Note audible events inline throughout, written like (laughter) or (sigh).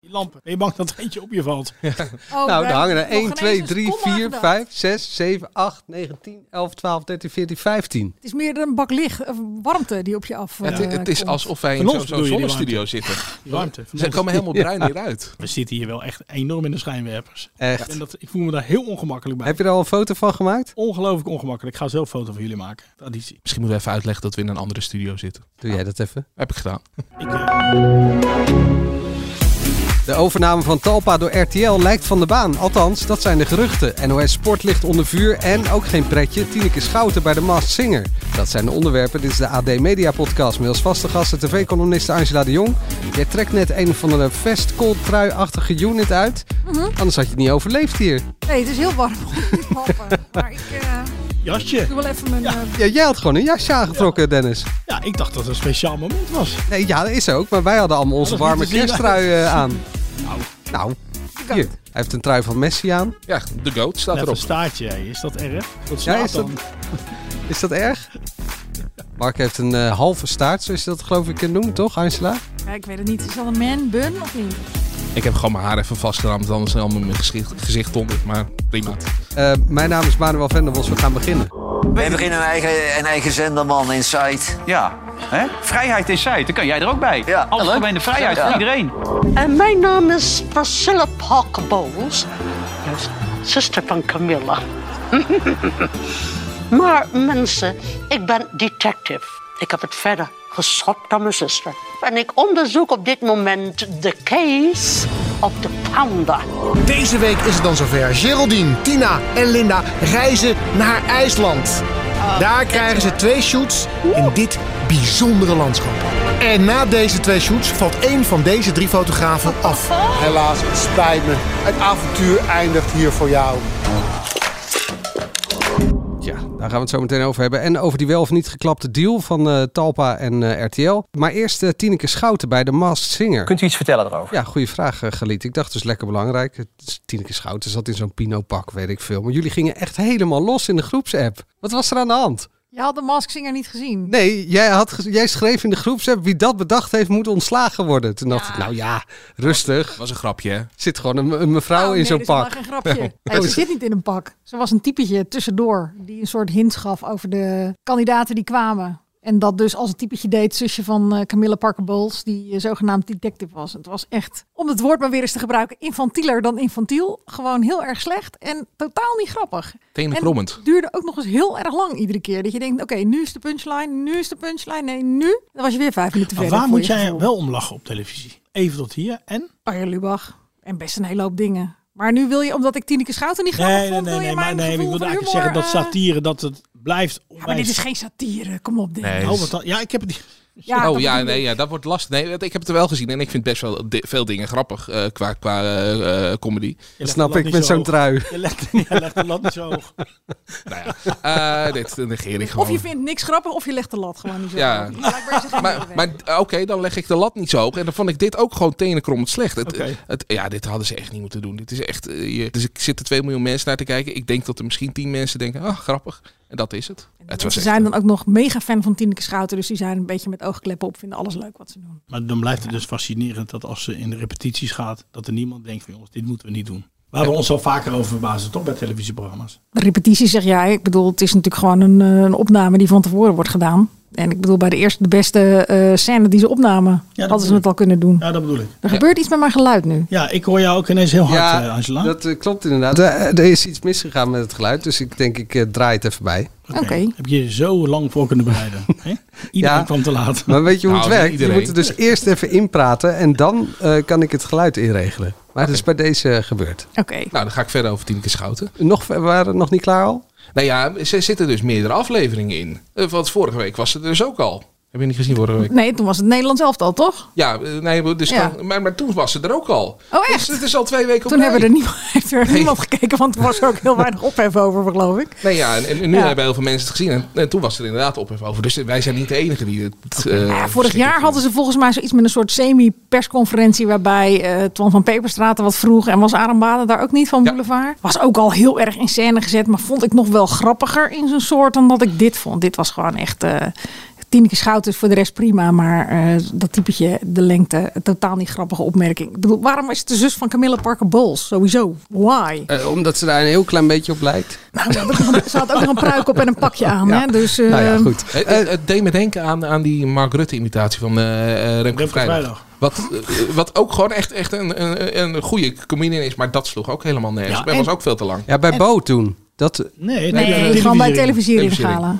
Die lampen. Ben je bang dat er eentje op je valt? nou, er hangen er Oh, nog 1, geen 2, eens 3, seconde 4, aangedacht. 5, 6, 7, 8, 9, 10, 11, 12, 13, 14, 15. Het is meer dan een bak licht, of warmte die op je af. Het, eh, het is komt. alsof wij in Van zo'n ons zo'n bedoel je die zonnestudio zitten. Die ruimte. van Ze ons. komen helemaal bruin hieruit. We zitten hier wel echt enorm in de schijnwerpers. Echt. En dat, ik voel me daar heel ongemakkelijk bij. Heb je er al een foto van gemaakt? Ongelooflijk ongemakkelijk. Ik ga zelf foto van jullie maken. Traditie. Misschien moeten we even uitleggen dat we in een andere studio zitten. Doe jij dat even? Heb ik gedaan. Ik, eh, De overname van Talpa door RTL lijkt van de baan. Althans, dat zijn de geruchten. NOS Sport ligt onder vuur en ook geen pretje. Tineke Schouten bij de Masked Singer. Dat zijn de onderwerpen. Dit is de AD Media Podcast. Met als vaste gasten tv-columniste Angela de Jong. Jij trekt net een van de vestkooltrui-achtige unit uit. Anders had je het niet overleefd hier. Nee, het is heel (laughs) warm. Lappen. maar ik eh, jasje. doe wel even mijn... eh, Ja, jij had gewoon een jasje aangetrokken, Dennis. Ja, ik dacht dat het een speciaal moment was. Nee, ja, dat is ook. Maar wij hadden allemaal onze Dat is niet te warme zien. kersttrui eh, aan. Nou, Nou, hier. Hij heeft een trui van Messi aan. Ja, de goat staat net erop. een staartje. hè. Is dat erg? Dat Ja, slaat is dat- dan. Is dat erg? Mark heeft een eh, halve staart, zo is dat geloof ik een noemen, toch Angela? ja, ik weet het niet. Is dat een man bun of niet? Ik heb gewoon mijn haar even vastgeramd, anders helemaal mijn gezicht, gezicht onder. Maar prima. Eh, mijn naam is Manuel Venderbos, we gaan beginnen. We beginnen een eigen, een eigen zenderman in site. Ja, hè? vrijheid in zij, daar kan jij er ook bij. Ja, Algemene leuk. vrijheid Ja. voor iedereen. En mijn naam is Priscilla Parker Bowles. Juist, zuster van Camilla. (laughs) maar mensen, ik ben detective. Ik heb het verder geschopt aan mijn zuster. En ik onderzoek op dit moment de case of the pounder. Deze week is het dan zover. Geraldine, Tina en Linda reizen naar IJsland. Oh, Daar krijgen ze twee shoots in dit bijzondere landschap. En na deze twee shoots valt één van deze drie fotografen af. Helaas, het spijt me. Het avontuur eindigt hier voor jou. Ja, daar gaan we het zo meteen over hebben. En over die wel of niet geklapte deal van eh, Talpa en eh, RTL. Maar eerst eh, Tineke Schouten bij de Masked Singer. Kunt u iets vertellen erover? Ja, goede vraag, eh, Galiet. Ik dacht dus lekker belangrijk. Het is Tineke Schouten zat in zo'n Pino-pak, weet ik veel. Maar jullie gingen echt helemaal los in de groepsapp. Wat was er aan de hand? Je had de Mask Singer niet gezien. Nee, jij, had, ge- jij schreef in de groepsapp... wie dat bedacht heeft, moet ontslagen worden. Toen dacht ik, nou ja, rustig. was een grapje, hè? Zit gewoon een, een mevrouw Oh, in nee, zo'n dat is helemaal pak. geen grapje. Nee, ze zit niet in een pak. Ze was een typetje tussendoor die een soort hint gaf over de kandidaten die kwamen. En dat dus als een typetje deed, zusje van eh Camilla Parker Bowles, die eh, zogenaamd detective was. Het was echt, om het woord maar weer eens te gebruiken, infantieler dan infantiel. Gewoon heel erg slecht en totaal niet grappig. Tenenkrommend. En het duurde ook nog eens heel erg lang iedere keer. Dat je denkt, oké, nu is de punchline, nu is de punchline. Nee, nu. Dan was je weer vijf minuten Maar verder. waar voor moet je jij gevoel. wel om lachen op televisie? Even tot hier en? Arjen Lubach. Oh, En best een hele hoop dingen. Maar nu wil je, omdat ik Tineke Schouten niet grappig vond, wil je mijn ik gevoel wilde van eigenlijk humor, zeggen dat eh, satire dat het blijft Ja, maar dit is geen satire. Kom op, Dennis. Nee. Oh, want dat- ja, ik heb (laughs) het. Ja, oh dat ja, bedoel nee, ik. ja, dat wordt lastig. Nee, want ik heb het wel gezien en ik vind best wel di- veel dingen grappig eh, qua, qua eh, eh, comedy. Je legt de Snap lat ik, niet met zo zo'n hoog. trui. Je legt, je legt de lat niet zo hoog. Nou ja, eh, dit negeer ik gewoon. Of je vindt niks grappig, of je legt de lat gewoon niet zo. Ja. (laughs) hoog. Blijkbaar is er geen Maar, middenweg. maar oké, dan leg ik de lat niet zo hoog. En dan vond ik dit ook gewoon tenenkrommend slecht. Het, Oké. het, ja, dit hadden ze echt niet moeten doen. Dit is echt, eh, je, dus ik zit er 2 miljoen mensen naar te kijken. Ik denk dat er misschien 10 mensen denken, ah, grappig. En dat is het. Het was Ze echt, zijn dan ook nog mega fan van Tineke Schouten, dus die zijn een beetje met oogkleppen op, vinden alles leuk wat ze doen. Maar dan blijft het dus fascinerend dat als ze in de repetities gaat, dat er niemand denkt van jongens, dit moeten we niet doen. We hebben ons al vaker over verbazen, toch bij televisieprogramma's. De repetitie zeg jij, ik bedoel, het is natuurlijk gewoon een, eh, een opname die van tevoren wordt gedaan. En ik bedoel, bij de eerste, de beste eh, scène die ze opnamen, hadden ze bedoel het al kunnen doen. Ja, dat bedoel ik. Er gebeurt iets met mijn geluid nu. Ja, ik hoor jou ook ineens heel hard, Ja, eh, Angela. dat eh, klopt inderdaad. Eh, Er is iets misgegaan met het geluid, dus ik denk ik eh, draai het even bij. Oké. oké. Heb je je zo lang voor kunnen bereiden? hè? Iedereen Ja. kwam te laat. (laughs) Maar weet je hoe Nou, het niet werkt? Je iedereen. moet er dus eerst even inpraten en dan eh, kan ik het geluid inregelen. Maar dat is bij deze gebeurd. Oké. nou, dan ga ik verder over Tineke Schouten. Nog, we waren nog niet klaar al? Nou ja, ze zitten dus meerdere afleveringen in. Eh, Want vorige week was ze er dus ook al. Heb je niet gezien vorige week? Nee, toen was het Nederlands elftal, toch? Ja, eh, nee, dus Ja. Dan, maar, maar toen was ze er ook al. Oh, echt? Dus het is al twee weken op Toen hebben rij. er niemand, (laughs) heeft er niemand gekeken, want er was ook heel weinig ophef over, geloof ik. Nee, ja, en, en nu Ja. hebben heel veel mensen het gezien. En, en toen was er inderdaad ophef over. Dus wij zijn niet de enige die het... eh, nou Ja, vorig jaar hadden ze volgens mij zoiets met een soort semi-persconferentie... waarbij eh Twan van Peperstraten wat vroeg en was Aram Baden daar ook niet van Boulevard. Was ook al heel erg in scène gezet, maar vond ik nog wel grappiger in zijn soort... dan dat ik dit vond. Dit was gewoon echt... eh Tineke Schouten is voor de rest prima, maar eh, dat typetje, de lengte, totaal niet grappige opmerking. Ik bedoel, waarom is het de zus van Camilla Parker Bowles? Sowieso. Why? Eh, omdat ze daar een heel klein beetje op lijkt. Nou, ze had ook nog een, (laughs) ze had ook nog een pruik op en een pakje aan. Hè? Dus, eh, Nou ja, goed. Het, het- het deed me denken aan, aan die Mark Rutte-imitatie van eh eh, Remco Vrijdag. Vrijdag. Wat, eh, wat ook gewoon echt, echt een, een, een goede comedian is. Maar dat sloeg ook helemaal nergens. Ja, Ja, was en- ook veel te lang. Ja, bij Bo toen. Dat, Nee, Nee, nee, gewoon bij televisie. televisiering Televisiering. halen.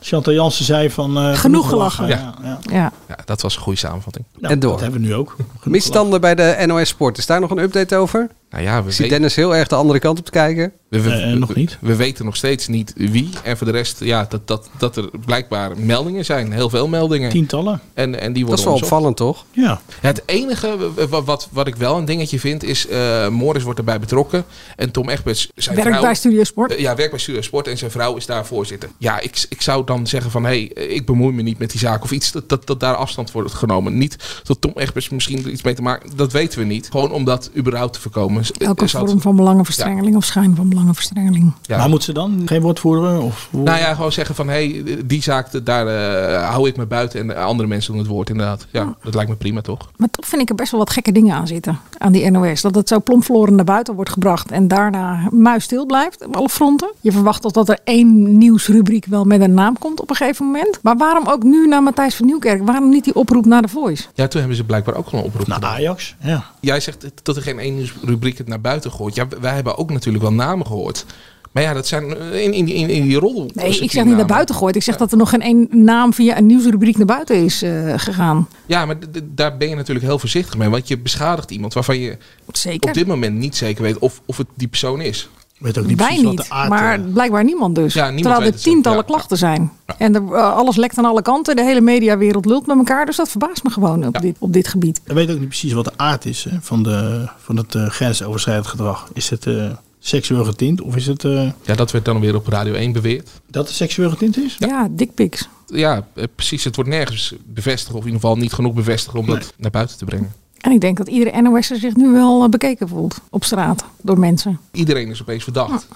Chantal Jansen zei van... eh, gelachen. Ja, ja. Ja. Ja, dat was een goede samenvatting. Nou, En door. Dat hebben we nu ook. misstanden bij de NOS Sport. Is daar nog een update over? Nou ja, we, Ik zie we- Dennis heel erg de andere kant op te kijken. we- we- Eh, eh, nog niet. we weten nog steeds niet wie. En voor de rest, ja, dat, dat, dat er blijkbaar meldingen zijn. Heel veel meldingen. Tientallen. En, en die worden Dat is wel onderzocht. opvallend, toch? Ja. Het enige w- w- wat, wat ik wel een dingetje vind is, eh Morris wordt erbij betrokken. En Tom Egberts, zijn Werkt vrouw... bij Studio Sport. Eh, Ja, werkt bij Studio Sport en zijn vrouw is daar voorzitter. Ja, ik, ik zou dan zeggen van, hé, hey, eh, ik bemoei me niet met die zaak of iets. Dat, dat, dat daar afstand wordt genomen. Niet dat Tom Egberts misschien er iets mee te maken... Dat weten we niet. Gewoon om dat überhaupt te voorkomen. Z- Elke eh, zou het- vorm van belangenverstrengeling of schijn van belangenverstrengeling. Ja. Maar moet ze dan geen woordvoerder? Of hoe- Nou ja, gewoon zeggen van, hé, hey, die zaak, daar eh, hou ik me buiten. En eh, andere mensen doen het woord, inderdaad. Oh. Ja, dat lijkt me prima, toch? Maar toch vind ik er best wel wat gekke dingen aan zitten. Aan die NOS. Dat het zo plompfloren naar buiten wordt gebracht. En daarna muisstil blijft op alle fronten. Je verwacht toch dat er één nieuwsrubriek wel met een naam komt op een gegeven moment. Maar waarom ook nu naar Matthijs van Nieuwkerk? Waarom niet die oproep naar de Voice? Ja, toen hebben ze blijkbaar ook al een oproep Naar gedaan. Ajax? Ja. Jij zegt dat er geen ene rubriek het naar buiten gooit. Ja, wij hebben ook natuurlijk wel namen gehoord. Maar ja, dat zijn eh, in, in, in, in die rol. Nee, ik zeg niet naar buiten gooit. Ik zeg dat er nog geen één naam via een nieuwsrubriek naar buiten is eh, gegaan. Ja, maar d- d- daar ben je natuurlijk heel voorzichtig mee. Want je beschadigt iemand waarvan je Zeker. op dit moment niet zeker weet of, of het die persoon is. Weet ook niet Wij precies wat niet, de aard... maar eh, blijkbaar niemand dus. Ja, niemand Terwijl weet er het zo. tientallen Ja, ja. klachten zijn. En er, eh, alles lekt aan alle kanten. De hele mediawereld lult met elkaar. Dus dat verbaast me gewoon op, dit, op dit gebied. We weten ook niet precies wat de aard is hè, van, de, van het eh, grensoverschrijdend gedrag. Is het eh, seksueel getint of is het eh, Ja, dat werd dan weer op Radio 1 beweerd. dat het seksueel getint is? Ja, dikpiks. Ja, eh, precies. Het wordt nergens bevestigd. Of in ieder geval niet genoeg bevestigd om dat naar buiten te brengen. En ik denk dat iedere NOS'er zich nu wel eh, bekeken voelt. Op straat, door mensen. Iedereen is opeens verdacht.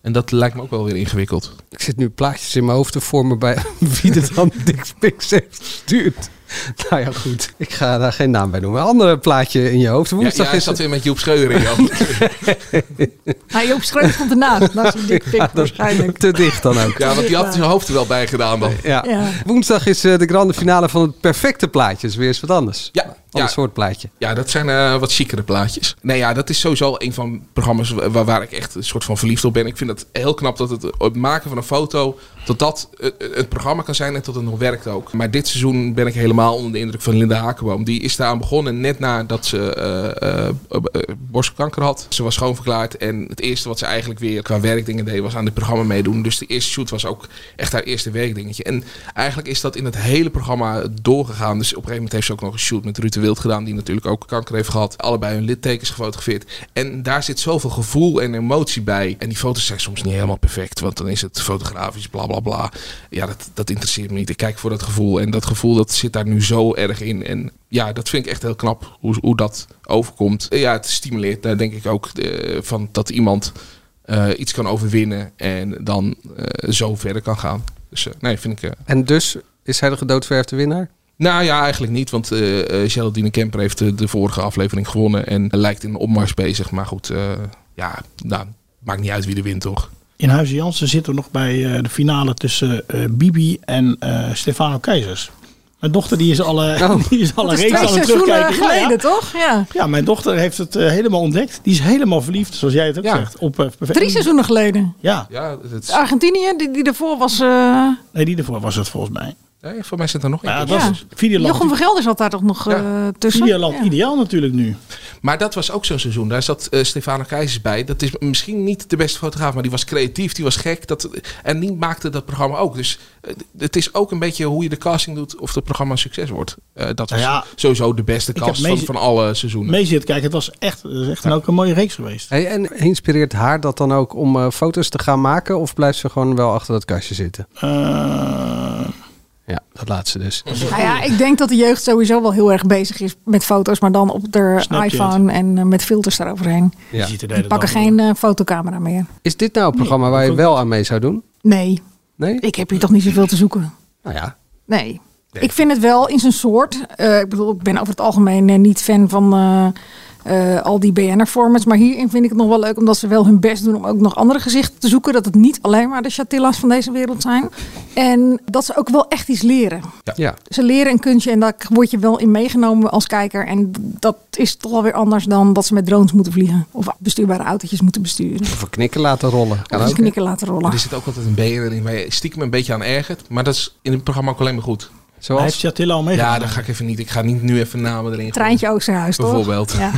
En dat lijkt me ook wel weer ingewikkeld. Ik zit nu plaatjes in mijn hoofd te vormen bij (laughs) wie er dan dickpics heeft gestuurd. Nou ja, goed. Ik ga daar geen naam bij noemen. Een ander plaatje in je hoofd. Ja, Woensdag ja, hij is zat weer met Joep Scheuder in. Jan. (laughs) Hij Joop Schreuf komt ernaast. Dat is een dikpik Ja, dat- (laughs) waarschijnlijk. te dicht dan ook. Ja, want die had zijn hoofd er wel bij gedaan dan. Ja. Ja. Woensdag is eh, de grande finale van het perfecte plaatje. Is weer eens wat anders. Ja, Ander ja. soort plaatje. Ja, dat zijn eh, wat chiekere plaatjes. Nee, ja, dat is sowieso een van de programma's wa- waar, waar ik echt een soort van verliefd op ben. Ik vind het heel knap dat het, het maken van een foto, dat dat eh, het programma kan zijn en dat het nog werkt ook. Maar dit seizoen ben ik helemaal onder de indruk van Linda Hakenboom. Die is daaraan begonnen net nadat ze eh, eh, eh, eh, borstkanker had. Ze was schoonverklaard en het eerste wat ze eigenlijk weer qua werkdingen deed was aan dit programma meedoen. Dus de eerste shoot was ook echt haar eerste werkdingetje. En eigenlijk is dat in het hele programma doorgegaan. Dus op een gegeven moment heeft ze ook nog een shoot met Ruud de Wild gedaan, die natuurlijk ook kanker heeft gehad. Allebei hun littekens gefotografeerd. En daar zit zoveel gevoel en emotie bij. En die foto's zijn soms niet helemaal perfect, want dan is het fotografisch, bla bla bla. Ja, dat, dat interesseert me niet. Ik kijk voor dat gevoel. En dat gevoel dat zit daar nu zo erg in. En ja, dat vind ik echt heel knap hoe, hoe dat overkomt. Eh, Ja, het stimuleert daar denk ik ook eh, van dat iemand eh, iets kan overwinnen en dan eh, zo verder kan gaan. Dus eh, nee, vind ik eh, En dus is hij de gedoodverfde winnaar? nou ja, eigenlijk niet. Want eh eh, Geraldine Kemper heeft de, de vorige aflevering gewonnen. En lijkt in een opmars bezig. Maar goed, eh, ja, nou, maakt niet uit wie er wint, toch? In Huizen Jansen zitten we nog bij eh, de finale tussen eh, Bibi en eh, Stefano Keizers. Mijn dochter die is alle, Oh. (laughs) die is alle Dat is reeks twee aan het seizoenen terugkijken. Ja, geleden, ja. toch? Ja. Ja, mijn dochter heeft het eh, helemaal ontdekt. Die is helemaal verliefd, zoals jij het ook Ja. zegt. Op, eh, perfect- Drie seizoenen geleden. Ja, Ja, het is... Argentinië, die, die ervoor was... eh, nee, die ervoor was het volgens mij. Nee, voor mij zit er nog één. Ja, keer. dat is Videoland. Jochem van Gelder zat daar toch nog eh, tussen? Videoland, Ja. ideaal natuurlijk nu. Maar dat was ook zo'n seizoen. Daar zat eh Stefano Keizers bij. Dat is misschien niet de beste fotograaf, maar die was creatief, die was gek. Dat, en die maakte dat programma ook. Dus eh, het is ook een beetje hoe je de casting doet of het programma een succes wordt. Eh, dat was Nou ja, sowieso de beste ik heb cast van, meezi- van alle seizoenen. Mee zit kijken, het was echt, het is echt een, ook een mooie reeks geweest. Hey, en inspireert haar dat dan ook om eh, foto's te gaan maken? Of blijft ze gewoon wel achter dat kastje zitten? Eh, Ja, dat laat ze dus. Nou ja, ik denk dat de jeugd sowieso wel heel erg bezig is met foto's, maar dan op de Snapchat. iPhone en eh, met filters daaroverheen. Ja. Die pakken geen eh, fotocamera meer. Is dit nou een programma waar je wel aan mee zou doen? Nee. Nee? Ik heb hier toch niet zoveel te zoeken. Nou ja. Nee. Ik vind het wel in zijn soort. Eh, ik bedoel, ik ben over het algemeen eh, niet fan van eh, eh, al die BNR-formats. Maar hierin vind ik het nog wel leuk, omdat ze wel hun best doen om ook nog andere gezichten te zoeken. Dat het niet alleen maar de chatilla's van deze wereld zijn. En dat ze ook wel echt iets leren. Ja. ja. Ze leren een kunstje en daar word je wel in meegenomen als kijker. En dat is toch wel weer anders dan dat ze met drones moeten vliegen. Of bestuurbare autootjes moeten besturen. Of een knikker laten rollen. Kan Of ook. een knikker laten rollen. Er zit ook altijd een BN'er in waar je stiekem een beetje aan ergert. Maar dat is in het programma ook alleen maar goed. Zoals? Hij heeft Chatilla al meegedaan. Ja, daar ga ik even niet. Ik ga niet nu even namen erin gooien. Treintje Oosterhuis, toch? Bijvoorbeeld. (laughs) Ja.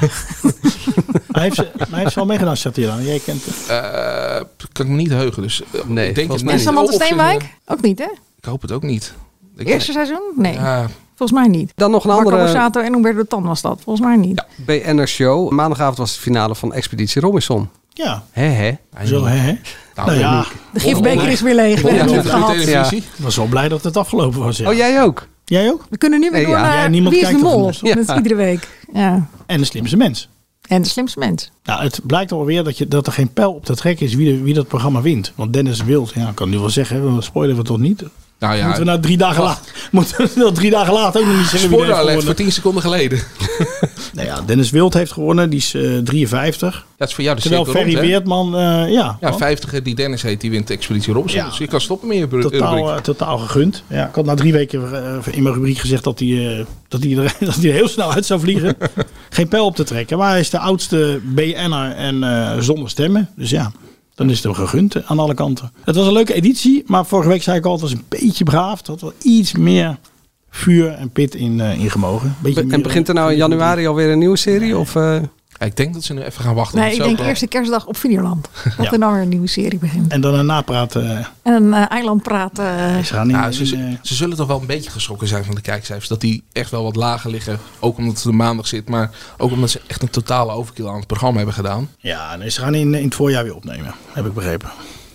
Maar heeft ze, maar hij heeft ze al meegedaan, Chatilla? Jij kent het. Eh, kan ik me niet heugen. Dus eh, ik denk het En niet. Samantha Of ze- Steenwijk? Ook niet, hè? Ik hoop het ook niet. Ik- Eerste seizoen? Nee. Ja. Volgens mij niet. Dan nog een Marco andere- Borsato en Humberto Tan was dat. Volgens mij niet. BNR Show. Maandagavond was de finale van Expeditie Robinson. Ja. Hè hè? Zo, hè? hè? Nou ja. De gifbeker is weer leeg. We Ja, hebben het ja. gehad. televisie. Ik was wel blij dat het afgelopen was. Ja. Oh, jij ook? Jij ook? We kunnen nu weer Nee, door ja. naar Ja, niemand Wie is de kijkt Mol. ervan, dus. Dat is Ja. iedere week. Ja. En de slimste mens. En de slimste mens. Nou, het blijkt alweer dat, je, dat er geen pijl op te trekken is wie, de- wie dat programma wint. Want Dennis Wild, ja, ik kan nu wel zeggen, we spoilen we toch niet? Nou ja. moeten we nou drie dagen later, moeten we nou drie dagen later ook nog niet zeggen wie er Spoiler heeft alert voor gewonnen? 10 seconden (laughs) geleden. Nou ja, Dennis Wild heeft gewonnen, die is eh, 53. Dat is voor jou de Terwijl cirkel Ferry rond, hè? Weertman, eh, ja, Ja, want 50 die Dennis heet, die wint de Expeditie Robinson. Ja. Dus je kan stoppen met je bru- rubriek. totaal, eh, totaal gegund. Ja, ik had na drie weken eh, in mijn rubriek gezegd dat hij, eh, dat, hij er, (laughs) dat hij er heel snel uit zou vliegen. geen pijl op te trekken. Maar hij is de oudste BN'er en eh, zonder stemmen. Dus ja, dan is het hem gegund eh, aan alle kanten. Het was een leuke editie, maar vorige week zei ik al, het was een beetje braaf. Het had wel iets meer vuur en pit in, eh, in gemogen. Beetje Be- meer- en begint er nou in januari alweer een nieuwe serie? Of, eh, Ik denk dat ze nu even gaan wachten. Nee, ik denk eerste kerstdag op Videoland. Dat Ja. er nou weer een nieuwe serie begint. En dan een napraat. eh, En een eh, eiland praten. eh, is gaan in, Ja, Nou, ze, in, eh, ze zullen toch wel een beetje geschrokken zijn van de kijkcijfers. Dat die echt wel wat lager liggen. Ook omdat het de maandag zit. Maar ook omdat ze echt een totale overkill aan het programma hebben gedaan. ja, nee, ze gaan in, in het voorjaar weer opnemen, heb ik begrepen.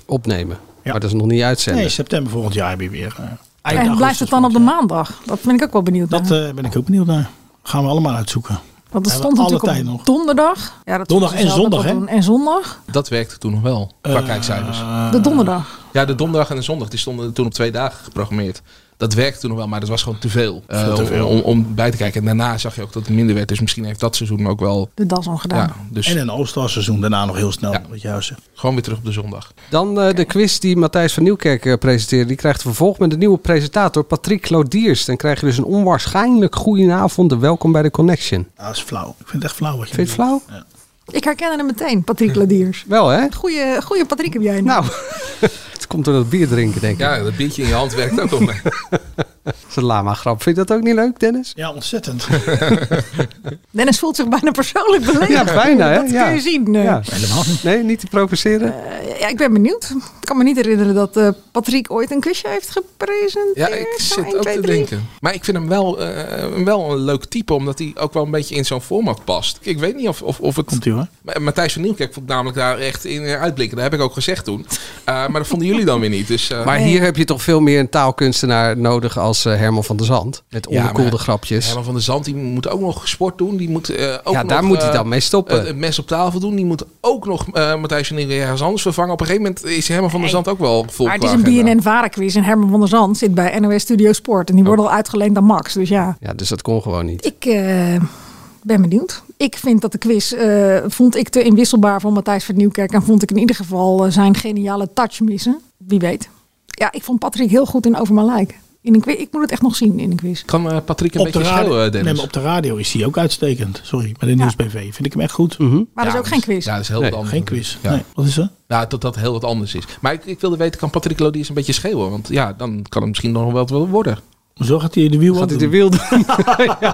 Opnemen. Maar dat is nog niet uitzenden. Nee, september volgend jaar heb je weer. eh, eind En augustus blijft het dan op de maandag? Dat ben ik ook wel benieuwd naar. Dat eh, ben ik ook benieuwd naar. Gaan we allemaal uitzoeken. Want we het stond hebben alle natuurlijk op tijd nog. donderdag. Ja, dat Donderdag zullen ze en zelf zondag, ook hè? doen. En zondag. Dat werkte toen nog wel. Qua Eh, kijkcijfers. De donderdag. Ja, de donderdag en de zondag. Die stonden toen op twee dagen geprogrammeerd. Dat werkte toen nog wel, maar dat was gewoon te veel. eh, Veel te om- veel. Om, om bij te kijken. En daarna zag je ook dat het minder werd. Dus misschien heeft dat seizoen ook wel... De das ongedaan. Ja, dus En een Oosterseizoen daarna nog heel snel. Wat jij zegt. gewoon weer terug op de zondag. Dan eh, de quiz die Matthijs van Nieuwkerk eh, presenteerde. Die krijgt vervolg met de nieuwe presentator Patrick Claudiers. Dan krijg je dus een onwaarschijnlijk goedenavond en welkom bij de Connection. Ah, dat is flauw. Ik vind het echt flauw wat je Vind je het doet. flauw? Ja. Ik herken hem meteen, Patrick Ladiers. Wel hè? Goeie, goeie Patrick heb jij. Nou, (laughs) het komt door dat bier drinken denk ik. Ja, dat biertje in je hand werkt ook (laughs) op mij. Dat is een lama grap. Vind je dat ook niet leuk Dennis? Ja, ontzettend. (laughs) Dennis voelt zich bijna persoonlijk beledigd. Ja, bijna hè? Dat ja. kun je zien. eh. Ja. Nee, niet te provoceren. Eh, ja, ik ben benieuwd. Ik kan me niet herinneren dat eh, Patrick ooit een kusje heeft gepresenteerd. Eh, Ja, ik Zo, zit één, ook twee, te drie. denken. Maar ik vind hem wel, eh, wel een leuk type, omdat hij ook wel een beetje in zo'n format past. Ik weet niet of, of, of het... Komt ie hoor. Ma- Matthijs van Nieuwkerk vond ik namelijk daar echt in eh, uitblikken. Dat heb ik ook gezegd toen. Eh, maar dat vonden jullie dan weer niet. Dus, eh, Maar hier heb je toch veel meer een taalkunstenaar nodig als eh, Herman van der Zand. Met Ja, onderkoelde maar grapjes. Herman van der Zand die moet ook nog sport doen. Die moet, eh, ook Ja, daar nog, moet hij eh, dan mee stoppen. eh, Het mes op tafel doen. Die moet ook nog eh Matthijs van Nieuwkerk ergens anders vervangen. Op een gegeven moment is Herman van der Zand ook wel vol Maar het is qua een agenda. BNN-varenquiz en Herman van der Zand zit bij NOS Studio Sport. En die worden al uitgeleend aan Max, dus ja. Ja, dus dat kon gewoon niet. Ik eh, ben benieuwd. Ik vind dat de quiz, eh, vond ik te inwisselbaar van Matthijs van Nieuwkerk. En vond ik in ieder geval eh, zijn geniale touch missen. Wie weet. Ja, ik vond Patrick heel goed in Over Mijn Lijk. In een quiz. Ik moet het echt nog zien in een quiz. Kan eh, Patrick een Op de, beetje schreeuwen, radio, Dennis? nee, maar op de radio is hij ook uitstekend. Sorry, bij de Nieuwsbv vind ik hem echt goed. Maar dat is ook geen quiz. Ja, dat is heel Nee, wat anders. Geen quiz. Ja. Nee, wat is dat? Nou, dat dat heel wat anders is. Maar ik, ik wilde weten, kan Patrick Lodiers een beetje schreeuwen? Want ja, dan kan het misschien nog wel wat worden. Zo gaat hij de wiel Gaat hij de wiel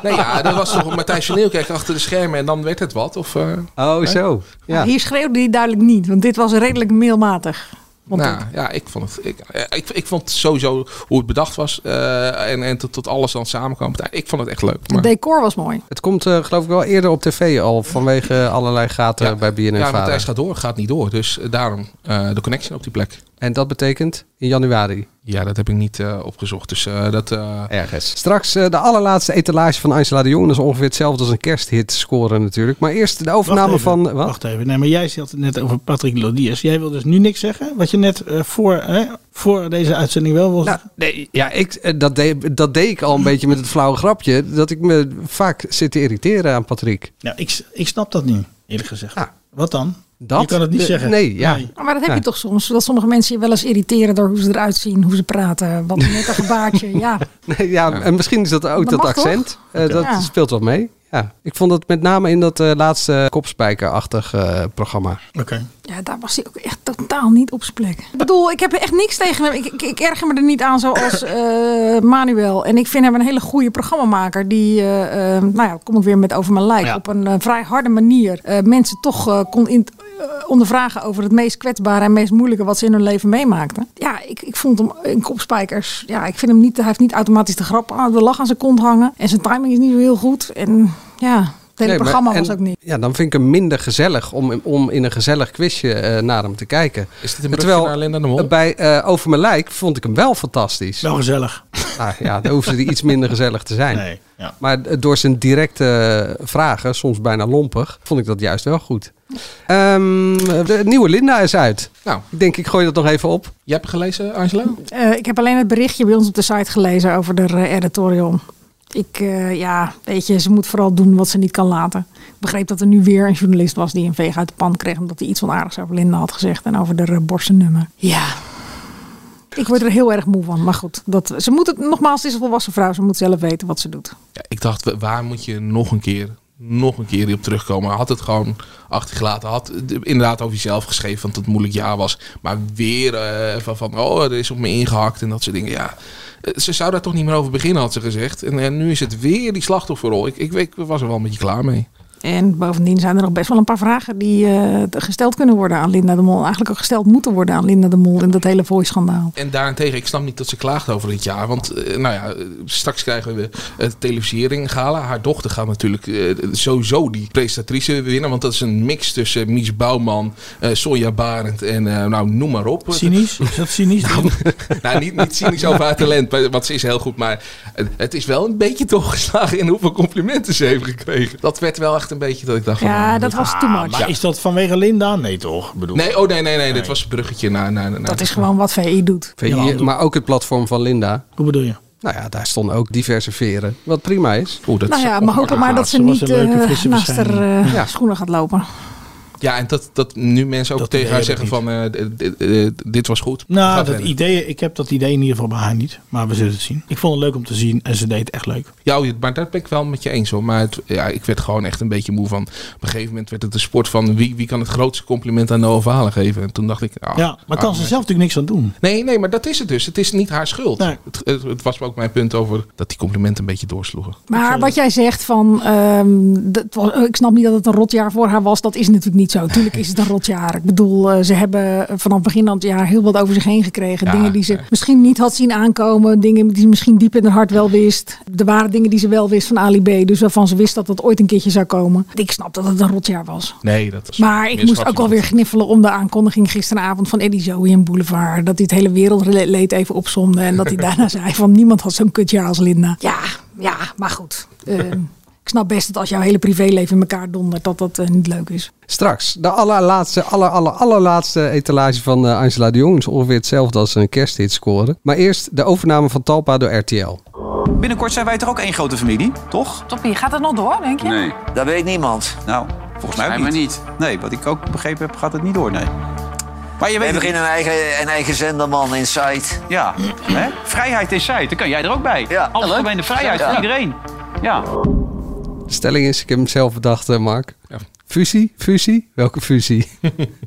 Nee, ja, dat was toch Matthijs van Nieuwkerk achter de schermen en dan werd het wat? Of, eh, (laughs) Oh, zo. Maar Hier schreeuwde hij duidelijk niet, want dit was redelijk mailmatig. vond nou, ja, ik vond het. Ik, eh, ik, ik vond sowieso hoe het bedacht was eh, en, en tot, tot alles dan samenkwam. Ik vond het echt leuk. Het decor was mooi. Het komt eh, geloof ik wel eerder op tv al vanwege eh, allerlei gaten bij BNN Ja, Vara. Matthijs gaat door, gaat niet door. Dus eh, daarom eh, de connection op die plek. En dat betekent in januari. Ja, dat heb ik niet eh, opgezocht. Dus eh, dat. eh, Straks eh, de allerlaatste etalage van Angela de Jong. Dat is ongeveer hetzelfde als een kersthit scoren natuurlijk. Maar eerst de overname Wacht van... even, Wat? Wacht even. Nee, maar jij had het net over Patrick Lodiers. Jij wil dus nu niks zeggen. Wat je net eh, voor, hè, voor deze uitzending wel Nou. wil zeggen. Nee, ja, ik, eh, dat, deed, dat deed ik al een beetje met het flauwe grapje. Dat ik me vaak zit te irriteren aan Patrick. (laughs) Nou, ik, ik snap dat niet, eerlijk gezegd. Wat dan? Dat? Je kan het niet Eh, zeggen. Nee, ja. Oh, maar dat heb Ja. je toch soms, dat sommige mensen je wel eens irriteren door hoe ze eruit zien, hoe ze praten, wat net een (laughs) gebaartje. Ja, Nee, ja, en misschien is dat Dat ook dat, mag accent. toch? Eh, dat Ja. speelt wel mee. Ja. Ik vond dat met name in dat eh, laatste kopspijkerachtig eh, programma. Oké. ja daar was hij ook echt totaal niet op zijn plek. Ik bedoel, ik heb echt niks tegen hem. Ik, ik, ik erger me er niet aan (coughs) zoals eh, Manuel. En ik vind hem een hele goede programmamaker. Die, eh, eh, nou ja, kom ik weer met over mijn lijk, op een eh, vrij harde manier eh, mensen toch eh, kon in, eh, ondervragen over het meest kwetsbare en meest moeilijke wat ze in hun leven meemaakten. Ja, ik, ik vond hem in kopspijkers. Ja, ik vind hem niet. Hij heeft niet automatisch de grap aan de lach aan zijn kont hangen. En zijn timing is niet zo heel goed. En ja, het hele Nee, maar- programma was en- ook niet. Ja, dan vind ik hem minder gezellig om, om in een gezellig quizje eh, naar hem te kijken. Is dit een brugje Terwijl naar Linda de Mol? eh, bij eh, Over mijn lijk vond ik hem wel fantastisch. Wel gezellig. Nou, ja, dan hoefde hij iets minder gezellig te zijn. Nee, ja. Maar eh, door zijn directe eh, vragen, soms bijna lompig, vond ik dat juist wel goed. Ehm, de nieuwe Linda is uit. Nou. Ik denk, ik gooi dat nog even op. Je hebt gelezen, Angela? Eh, ik heb alleen het berichtje bij ons op de site gelezen over de eh, editorial. Ik, eh, ja, weet je, ze moet vooral doen wat ze niet kan laten. Ik begreep dat er nu weer een journalist was die een veeg uit de pan kreeg. omdat hij iets onaardigs over Linda had gezegd en over de eh, borstennummer. Ja. Ik word er heel erg moe van. Maar goed, dat, ze moet het, nogmaals, ze is een volwassen vrouw. Ze moet zelf weten wat ze doet. Ja, ik dacht, wa- waar moet je nog een keer, nog een keer op terugkomen? Had het gewoon achtergelaten. Had het inderdaad over jezelf geschreven, want het een moeilijk jaar was. Maar weer eh, van, van, oh, er is op me ingehakt en dat soort dingen. Ja, eh, ze zou daar toch niet meer over beginnen, had ze gezegd. En, en nu is het weer die slachtofferrol. Ik, ik, ik was er wel een beetje klaar mee. En bovendien zijn er nog best wel een paar vragen die eh, gesteld kunnen worden aan Linda de Mol. Eigenlijk ook gesteld moeten worden aan Linda de Mol in dat hele voice-schandaal. En daarentegen, ik snap niet dat ze klaagt over dit jaar. Want eh, nou ja, eh, straks krijgen we eh, de televisiering gala. Haar dochter gaat natuurlijk eh, sowieso die presentatrice winnen. Want dat is een mix tussen Mies Bouwman, eh, Sonja Barend en eh, nou, noem maar op. Cynisch? Is dat cynisch? (laughs) Ah, nou, niet, niet cynisch over haar talent, maar- want ze is heel goed. Maar het, het is wel een beetje doorgeslagen in hoeveel complimenten ze heeft gekregen. Dat werd wel echt een beetje dat ik dacht... van, Ja, ah, dat was too much. Maar is dat vanwege Linda? Nee, toch? Ik Bedoel. Nee, oh nee, nee, nee, Dit was een bruggetje naar... naar, naar Dat is gewoon wat VI doet. Vind je- maar ook het platform van Linda. Hoe bedoel je? Nou ja, daar stonden ook diverse veren. Wat prima is. Oeh, dat nou ja, maar hopen maar dat ze Ze was niet een leuke, eh, frisse naast haar verschijning. eh, Ja. schoenen gaat lopen. Ja, en dat, dat nu mensen ook tegen haar zeggen van, eh, d- d- d- dit was goed. Nou, Gaat dat verder. idee, ik heb dat idee in ieder geval bij haar niet. Maar we zullen het zien. Ik vond het leuk om te zien en ze deed het echt leuk. Ja, oh, maar daar ben ik wel met je eens hoor. Maar het- ja, ik werd gewoon echt een beetje moe van. Op een gegeven moment werd het een sport van wie, wie kan het grootste compliment aan Noah Valen geven. En toen dacht ik... ah, ja, maar ah, kan ze nee. zelf natuurlijk niks aan doen. Nee, nee, maar dat is het dus. Het is niet haar schuld. Nee. Het, het, het was ook mijn punt over dat die complimenten een beetje doorsloegen. Maar wat jij zegt van, ehm, dat was, ik snap niet dat het een rotjaar voor haar was. Dat is natuurlijk niet zo. Tuurlijk is het een rotjaar. Ik bedoel, eh, ze hebben vanaf begin aan het jaar heel wat over zich heen gekregen. Ja, dingen die ze misschien niet had zien aankomen. Dingen die ze misschien diep in haar hart wel wist. Er waren dingen die ze wel wist van Ali B. Dus waarvan ze wist dat dat ooit een keertje zou komen. Ik snap dat het een rotjaar was. Nee, dat is Maar ik moest ook wel weer gniffelen om de aankondiging gisteravond van Eddie Zoe en Boulevard. Dat hij het hele wereldleed even opzomde. En dat hij daarna zei van niemand had zo'n kutjaar als Linda. Ja, ja, maar goed. Ehm, (laughs) ik snap best dat als jouw hele privéleven in elkaar dondert, dat dat eh, niet leuk is. Straks, de allerlaatste, aller, aller, allerlaatste etalage van eh, Angela de Jong is ongeveer hetzelfde als een kersthit scoren. Maar eerst de overname van Talpa door RTL. Binnenkort zijn wij toch ook één grote familie, toch? Toppie, gaat dat nog door, denk je? Nee. Dat weet niemand. Nou, volgens mij ook niet. Nee, wat ik ook begrepen heb, gaat het niet door, nee. Maar je weet We het- beginnen een eigen, een eigen zenderman in site. Ja, (clears throat) hè? vrijheid is zij. Daar kan jij er ook bij. Ja, Algemene vrijheid Ja. voor iedereen. Ja. De stelling is, ik heb hem zelf bedacht, eh, Mark. Fusie? Fusie? Welke fusie?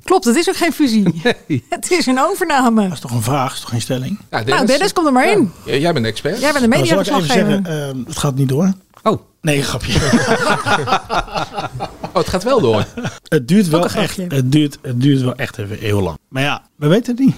Klopt, het is ook geen fusie. (laughs) Het is een overname. Dat is toch een vraag, is toch geen stelling? nou, Dennis, kom er maar in. J- Jij bent de expert. Jij bent de Nou, zal ik even mediaverslaggever. zeggen, ehm, het gaat niet door. Oh. Nee, grapje. Oh, het gaat wel door. Het duurt wel Ook een echt. grapje. Het duurt, het duurt wel echt even heel lang. Maar ja, we weten het niet.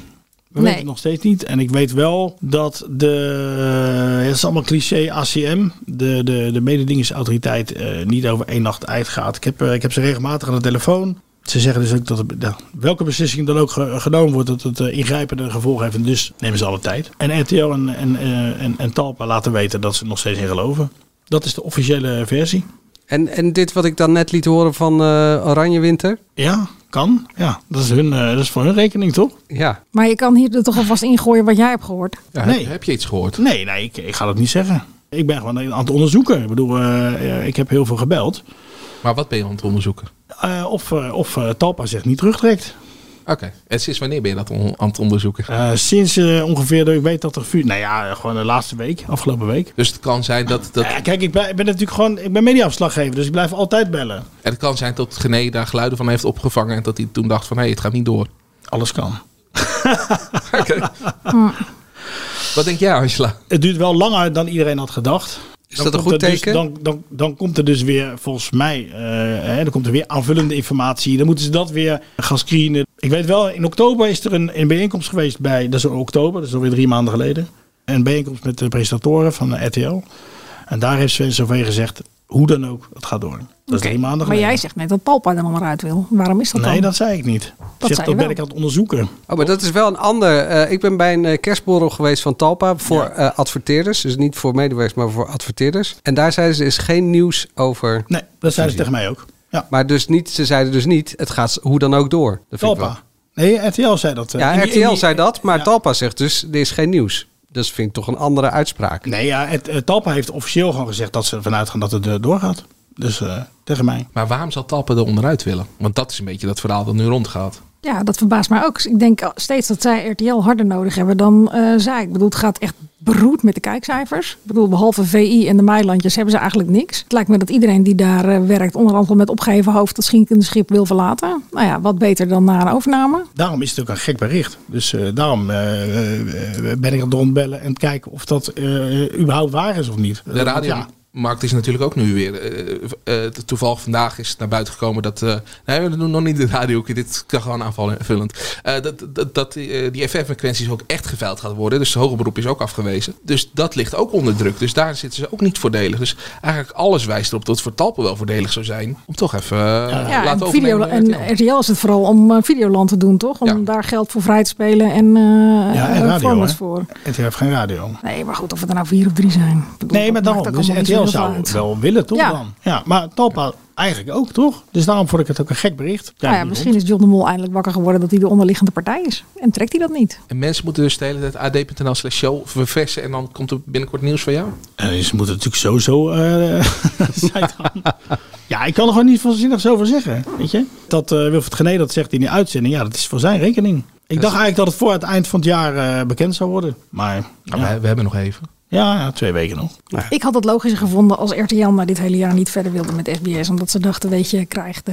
We Nee. weten het nog steeds niet. En ik weet wel dat de. Het is allemaal cliché ACM. De, de, de mededingingsautoriteit eh, niet over één nacht uitgaat. Ik heb, eh, ik heb ze regelmatig aan de telefoon. Ze zeggen dus ook dat het- nou, welke beslissing dan ook ge- genomen wordt, dat het eh, ingrijpende gevolgen heeft. En dus nemen ze alle tijd. En RTL en, en, eh, en, en Talpa laten weten dat ze er nog steeds in geloven. Dat is de officiële versie. En, en dit wat ik dan net liet horen van eh Oranje Winter? Ja, kan. Ja, dat is, hun, eh, dat is voor hun rekening, toch? Ja. Maar je kan hier er toch alvast ingooien wat jij hebt gehoord. nee. Heb je iets gehoord? Nee, nee ik, ik ga dat niet zeggen. Ik ben gewoon aan het onderzoeken. Ik bedoel, eh, eh, ik heb heel veel gebeld. Maar wat ben je aan het onderzoeken? Eh, of eh, of eh, Talpa zich niet terugtrekt. Oké. En sinds wanneer ben je dat on- aan het onderzoeken? Eh, sinds eh, ongeveer, de- ik weet dat er vuur... Nou ja, gewoon de laatste week, afgelopen week. Dus het kan zijn dat, dat, Ja, kijk, ik ben, ik ben natuurlijk gewoon... Ik ben mediaafslaggever, dus ik blijf altijd bellen. en het kan zijn dat Gené daar geluiden van heeft opgevangen en dat hij toen dacht van hé, het gaat niet door. Alles kan. Oké. Wat denk jij, Angela? Het duurt wel langer dan iedereen had gedacht. Is dat een goed teken? dus dan, dan, dan komt er dus weer, volgens mij, eh, hè, dan komt er weer aanvullende informatie. Dan moeten ze dat weer gaan screenen. Ik weet wel, in oktober is er een, een bijeenkomst geweest bij, dat is in oktober, dat is alweer drie maanden geleden. Een bijeenkomst met de presentatoren van de RTL. En daar heeft Sven Sauvé gezegd, hoe dan ook, het gaat door. Dat is drie maanden Maar geleden. jij zegt net dat Talpa er allemaal uit wil. Waarom is dat dan? Nee, dat zei ik niet. zei Zegt, je dat ben wel. ik aan het onderzoeken. Oh, maar dat is wel een ander. eh, ik ben bij een eh, kerstborrel geweest van Talpa voor eh, adverteerders. Dus niet voor medewerkers, maar voor adverteerders. En daar zeiden ze, er is geen nieuws over... Nee, dat zeiden ze tegen mij ook. Ja. Maar dus niet, ze zeiden dus niet, het gaat hoe dan ook door. Dat vind ik wel. Talpa. Nee, RTL zei dat. eh, in Ja, die- in RTL die- zei dat, maar Talpa zegt dus, er is geen nieuws. Dus vind ik toch een andere uitspraak. Nee, ja, het, eh, Talpa heeft officieel gewoon gezegd dat ze ervan uitgaan dat het eh, doorgaat. Dus eh, tegen mij. Maar waarom zal Talpa er onderuit willen? Want dat is een beetje dat verhaal dat nu rondgaat. Ja, dat verbaast mij ook. Dus Ik denk steeds dat zij RTL harder nodig hebben dan eh, zij. Ik bedoel, het gaat echt beroerd met de kijkcijfers. Ik bedoel, behalve VI en de Mailandjes hebben ze eigenlijk niks. Het lijkt me dat iedereen die daar eh, werkt, onder andere met opgeheven hoofd, dat schinkende schip wil verlaten. Nou ja, wat beter dan na een overname. Daarom is het ook een gek bericht. Dus eh, daarom eh, eh, ben ik aan het rondbellen en kijken of dat eh, überhaupt waar is of niet. De Ja. radiomarkt is natuurlijk ook nu weer. eh, eh, toevallig vandaag is het naar buiten gekomen dat. eh, nee, we doen nog niet de radio. Dit kan gewoon aanvullend. Eh dat dat, dat die, eh, die FM-frequenties ook echt geveild gaan worden. Dus de hoger beroep is ook afgewezen. Dus dat ligt ook onder druk. Dus daar zitten ze ook niet voordelig. Dus eigenlijk alles wijst erop dat het voor Talpen wel voordelig zou zijn. Om toch even eh, Ja, laten en, video, overnemen. door en RTL is het vooral om eh, Videoland te doen, toch? Om daar geld voor vrij te spelen en, eh Ja, eh, en radio. formats hè? voor. RTL heeft geen radio. Nee, maar goed, of het er nou vier of drie zijn. Ik bedoel, Nee, maar dat daarom. maakt ook Dus allemaal niet RTL zo heel veel zou uit. het wel willen, toch Ja. dan? Ja, maar Talpa eigenlijk ook, toch? Dus daarom vond ik het ook een gek bericht. Kijk, Nou ja, hier misschien is John de Mol eindelijk wakker geworden dat hij de onderliggende partij is. En trekt hij dat niet? En mensen moeten dus de hele tijd ad.nl slash show verversen. En dan komt er binnenkort nieuws van jou. Eh, dus ze moeten natuurlijk sowieso. eh, (laughs) zijn dan. (laughs) ja, ik kan er gewoon niet vanzinnigs over zeggen. Weet je? Dat eh Wilfred Gené dat zegt in die uitzending, ja, dat is voor zijn rekening. Ik dacht eigenlijk dat het voor het eind van het jaar eh, bekend zou worden. Maar ja, we, we hebben nog even. ja, ja, twee weken nog. Ik had het logischer gevonden als RTL na dit hele jaar niet verder wilde met SBS. Omdat ze dachten, weet je, krijgt de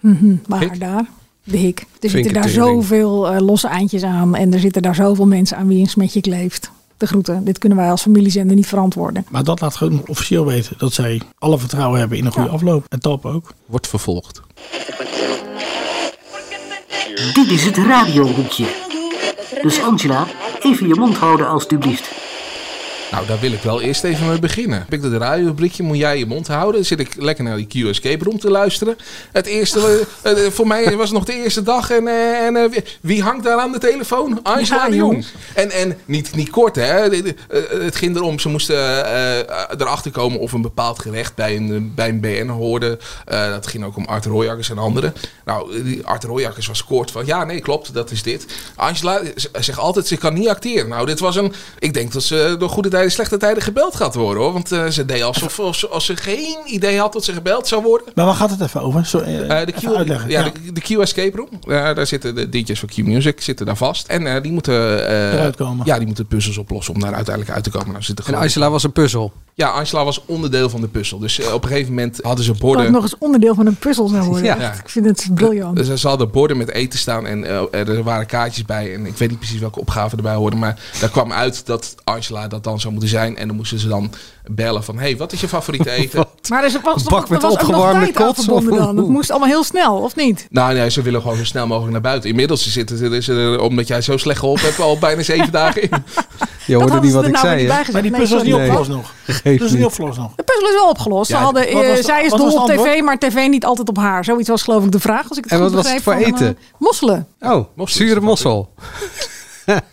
mhm, waar Hik? daar. De hik. Er zitten daar Vinkentering. zoveel eh, losse eindjes aan. En er zitten daar zoveel mensen aan wie een smetje kleeft. De groeten. Dit kunnen wij als familiezender niet verantwoorden. Maar dat laat gewoon officieel weten dat zij alle vertrouwen hebben in een goede afloop. En Talpa ook. Wordt vervolgd. Dit is het radiohoekje. Dus Angela, even je mond houden alstublieft. Nou, daar wil ik wel eerst even mee beginnen. Heb ik dat radiorubriekje, moet jij je mond houden? Dan zit ik lekker naar die Q Escape Room te luisteren. Het eerste, eh, eh, voor mij was het nog de eerste dag. En, eh, en eh, wie, wie hangt daar aan de telefoon? Angela Ja, de Jong. jong. En, en niet, niet kort, hè. De- de- eh, Het ging erom, ze moesten eh, eh, erachter komen of een bepaald gerecht bij een, bij een BN hoorde. Eh, dat ging ook om Art Royakkers en anderen. Nou, die Art Royakkers was kort van, ja, nee, klopt, dat is dit. Angela z- zegt altijd, ze kan niet acteren. Nou, dit was een... Ik denk dat ze door goede tijden, slechte tijden gebeld gaat worden, hoor. Want eh, ze deed alsof als ze, als ze geen idee had dat ze gebeld zou worden. Maar waar gaat het even over? Zo, eh, Eh, de, Q, even uitleggen. ja, Ja. De, de Q Escape Room. Eh, daar zitten de DJ's van Q Music zitten daar vast. En eh, die moeten... eh, Eruit komen. Ja, die moeten puzzels oplossen om daar uiteindelijk uit te komen. Nou, zitten En gewoon- Angela was een puzzel. Ja, Angela was onderdeel van de puzzel. Dus eh, op een gegeven moment hadden ze Dat borden. het nog eens onderdeel van een puzzel zou worden. Ja. Echt, Ik vind het briljant. Dus ze hadden borden met eten staan en eh, er waren kaartjes bij. En ik weet niet precies welke opgaven erbij hoorden. Maar daar kwam uit dat Angela dat dan zou moeten zijn. En dan moesten ze dan bellen van... hey, wat is je (laughs) favoriete eten? Maar er was, Een bak er met was ook nog opgewarmde tijd aan kots, verbonden of- dan. Het moest allemaal heel snel, of niet? nou nee, ze willen gewoon zo snel mogelijk naar buiten. Inmiddels zitten ze er- ze er, omdat jij zo slecht geholpen hebt, al bijna zeven dagen in. Je hoorde niet wat ik nou zei. hè? Maar die puzzel is niet opgelost nog. Geeft Dus niet niet. opgelost nog. De puzzel is wel opgelost. Ze Ja, hadden, wat eh, was de- zij is wat was dol op het tv, antwoord? maar tv niet altijd op haar. Zoiets was geloof ik de vraag. Als ik het En goed wat was het voor begreep van, eten? eh, mosselen. Oh, zure mossel.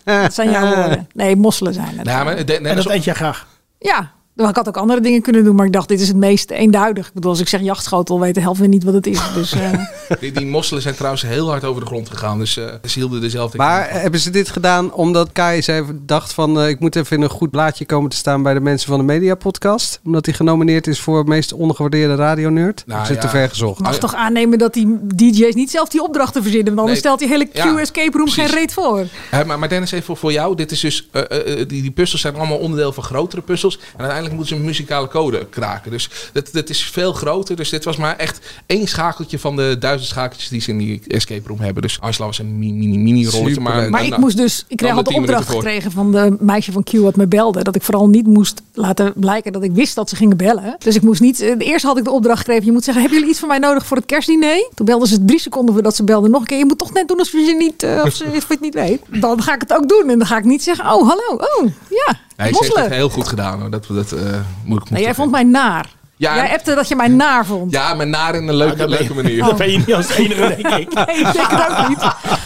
Dat zijn jouw woorden. Nee, mosselen zijn het. Ja, maar, de- net En als dat eet jij graag. Ja, ik had ook andere dingen kunnen doen, maar ik dacht, dit is het meest eenduidig. Ik bedoel, als ik zeg jachtschotel, weet de helft weer niet wat het is. Dus, eh, Die, die mosselen zijn trouwens heel hard over de grond gegaan. Dus eh, ze hielden er zelf Maar hebben ze dit gedaan omdat Kai zei, dacht van... eh, ik moet even in een goed blaadje komen te staan bij de mensen van de Media Podcast? Omdat hij genomineerd is voor het meest ongewaardeerde radionerd? Nou, Nou, zit ja. te ver gezocht. ik mag toch aannemen dat die DJ's niet zelf die opdrachten verzinnen, want anders Nee. stelt die hele Q Ja, escape room geen precies. reet voor. Hé, maar, maar Dennis, even voor- voor jou. Dit is dus, eh, eh, eh, die, die puzzels zijn allemaal onderdeel van grotere puzzels. En uiteindelijk moeten ze een muzikale code kraken. Dus dat, dat is veel groter. Dus dit was maar echt één schakeltje van de duizend schakeltjes die ze in die escape room hebben. Dus Angela was een mini, mini, mini rolletje. Maar, Maar ik moest dus, ik kreeg dan had de tien minuten opdracht voor. gekregen van de meisje van Q wat me belde. Dat ik vooral niet moest laten blijken dat ik wist dat ze gingen bellen. Dus ik moest niet, eh, eerst had ik de opdracht gekregen. Je moet zeggen, hebben jullie iets van mij nodig voor het kerstdiner? Toen belden ze drie seconden voordat ze belden nog een keer. Je moet toch net doen alsof je, niet, eh, of ze, of je het niet weet. Dan ga ik het ook doen. En dan ga ik niet zeggen, oh hallo, oh ja, Nee, ze heeft mosselen. het heel goed gedaan. Hoor. Dat, dat eh, moet ik Nou, moet jij vond mij naar. Ja, jij en- appte dat je mij naar vond. Ja, maar naar in een leuke, leuke manier. (laughs) (laughs) Dat ben je niet als enige, denk ik. Nee, ik denk het ook niet.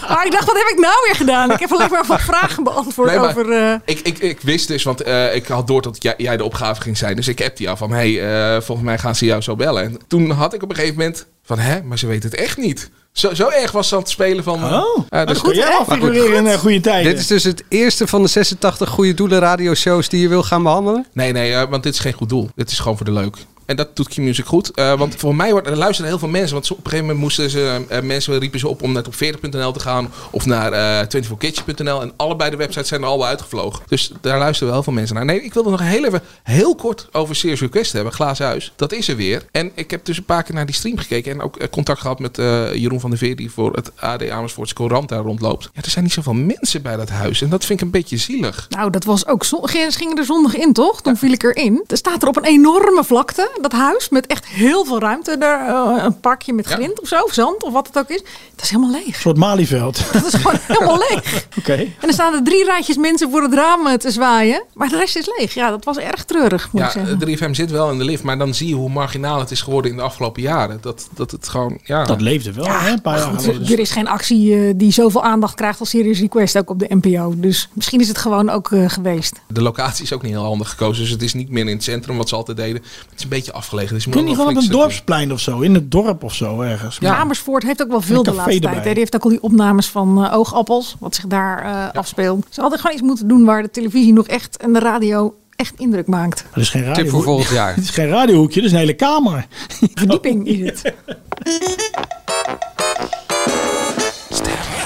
Maar ik dacht, wat heb ik nou weer gedaan? Ik heb alleen maar wat vragen beantwoord Nee, maar- over... eh, Ik, ik, ik wist dus, want eh, ik had door dat jij, jij de opgave ging zijn. Dus ik appte jou van, hey, eh, volgens mij gaan ze jou zo bellen. En toen had ik op een gegeven moment van, hè, maar ze weten het echt niet. Zo, zo erg was ze aan het spelen van... Oh, eh, dus- kun jij wel Maar goed. figureren in eh, goede tijden. Dit is dus het eerste van de 86 goede doelen radioshows die je wil gaan behandelen? Nee, nee, eh, want dit is geen goed doel. Dit is gewoon voor de leuk. En dat doet Key Music goed. Eh, want voor mij wordt- er luisteren heel veel mensen. Want ze- op een gegeven moment moesten ze, eh, mensen riepen ze op om naar top40.nl te gaan. Of naar eh 24kitchen.nl. En allebei de websites zijn er al wel uitgevlogen. Dus daar luisteren wel heel veel mensen naar. Nee, ik wilde nog heel even heel kort over Serious Request hebben. Glazen Huis. Dat is er weer. En ik heb dus een paar keer naar die stream gekeken. En ook eh, contact gehad met eh, Jeroen van der Veer. Die voor het AD Amersfoortse Courant daar rondloopt. Ja, er zijn niet zoveel mensen bij dat huis. En dat vind ik een beetje zielig. Nou, dat was ook zondag. Ze gingen er zondag in, toch? Toen viel ik erin. Er staat er op een enorme vlakte, dat huis, met echt heel veel ruimte. Daar, eh, een parkje met grind of zo, of zand, of wat het ook is. Dat is helemaal leeg. Een soort Malieveld. (laughs) Dat is gewoon (laughs) helemaal leeg. Oké. En er staan er drie rijtjes mensen voor het raam eh, te zwaaien. Maar de rest is leeg. Ja, dat was erg treurig, moet ik Ja, eh, zeggen. 3FM zit wel in de lift, maar dan zie je hoe marginaal het is geworden in de afgelopen jaren. Dat, dat het gewoon, ja. Dat leefde wel, hè, een paar jaar Want geleden. Er is geen actie eh, die zoveel aandacht krijgt als Serious Request, ook op de NPO. Dus misschien is het gewoon ook eh, geweest. De locatie is ook niet heel handig gekozen, dus het is niet meer in het centrum wat ze altijd deden. Het is een beetje afgelegen. Dus je moet Kun je ook niet wel gewoon op een flink stuk dorpsplein of zo? In het dorp of zo ergens? Ja. Amersfoort heeft ook wel veel Een de café laatste erbij. tijd. Hè. Die heeft ook al die opnames van eh, oogappels, wat zich daar eh, afspeelt. Ze hadden gewoon iets moeten doen waar de televisie nog echt en de radio echt indruk maakt. Dat is geen radio. Tip voor volgend (laughs) jaar. Het is geen radiohoekje, dat is een hele kamer. Verdieping is het.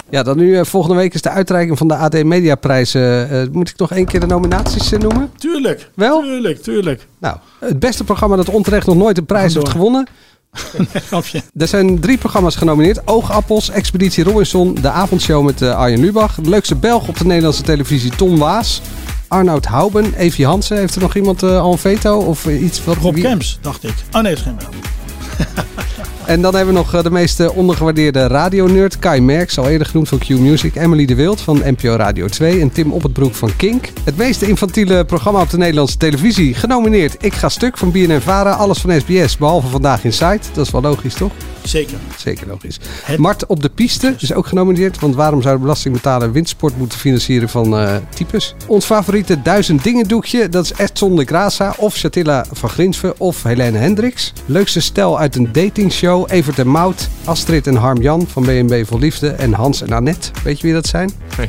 Ja, dan nu eh, volgende week is de uitreiking van de AD Mediaprijs. eh, eh, moet ik nog één keer de nominaties eh, noemen? Tuurlijk. Wel? Tuurlijk, tuurlijk. (laughs) Nou, het beste programma dat onterecht nog nooit een prijs heeft gewonnen. Grapje. Er zijn drie programma's genomineerd. Oogappels, Expeditie Robinson, De Avondshow met eh, Arjen Lubach. De leukste Belg op de Nederlandse televisie, Tom Waas. Arnoud Houben, Evie Hansen. Heeft er nog iemand eh, al een veto? Of eh, iets wat... Rob wie- Kemps, dacht ik. Oh nee, dat is geen wel. En dan hebben we nog eh, de meest eh, ondergewaardeerde radionerd. Kai Merks, al eerder genoemd van Q Music. Emily de Wild van NPO Radio 2. En Tim Oppenbroek van Kink. Het meest infantiele programma op de Nederlandse televisie. Genomineerd Ik Ga Stuk van BNNVARA. Alles van SBS, behalve Vandaag in Sight. Dat is wel logisch, toch? Zeker. Zeker logisch. Mart op de piste is ook genomineerd. Want waarom zou de belastingbetaler windsport moeten financieren van eh, types? Ons favoriete duizend dingen doekje. Dat is Edson de Graça of Chatilla van Grinsven of Helene Hendricks. Leukste stel uit een datingshow. Evert en Mout, Astrid en Harm Jan van BNB Vol Liefde. En Hans en Annette. Weet je wie dat zijn? Vraag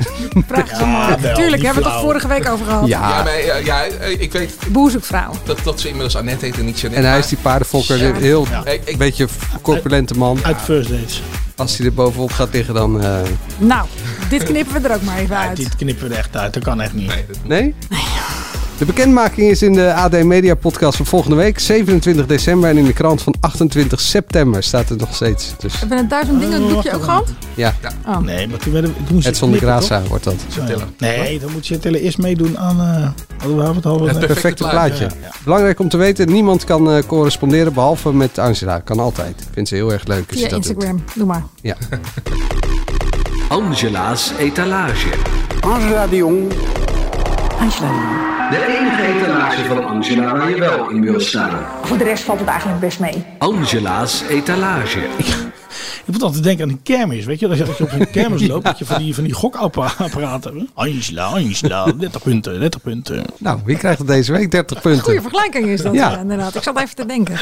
het maar. wel, Tuurlijk, die hebben we het toch flauw. vorige week over gehad. Ja. Ja, maar, ja, ja, eh, ik weet Boerzoekvrouw. dat, dat ze inmiddels Annette heet en niet Jeannette. En hij is die paardenfokker. Ja. Een heel Ja. Ik- ik- beetje corpulente man. Uit First Dates. Als hij er bovenop gaat liggen dan... eh, Nou, dit knippen we er ook maar even uit. Dit knippen we er echt uit, dat kan echt niet. Nee, Nee? De bekendmaking is in de AD Media Podcast van volgende week, 27 december. En in de krant van 28 september staat het nog steeds. Dus Hebben we een duizend dingen doekje ook gehad? ja. Oh. Nee, maar toen werden we- toen moest je Het zonder knippen, toch? Graza wordt dat. Nee, dan moet je tellen eerst meedoen aan. eh, hadden we het al Het perfecte plaatje. Belangrijk om te weten, niemand kan eh, corresponderen behalve met Angela. Kan altijd. Ik vind ze heel erg leuk als je Via dat doet. Instagram, doe maar. Ja. Angela's etalage. Angela de Jong. Angela De enige etalage van Angela waar je wel in wilt staan. Voor de rest valt het eigenlijk best mee. Angela's etalage. Ik moet altijd denken aan een kermis, weet je? Dat je, dat je op een kermis loopt, dat je van die, van die gokapparaten hebt. Angela, Angela, 30 punten, 30 punten. Nou, wie krijgt het deze week? 30 punten. Goede vergelijking is dat, Ja. ja. inderdaad. Ik zat even te denken.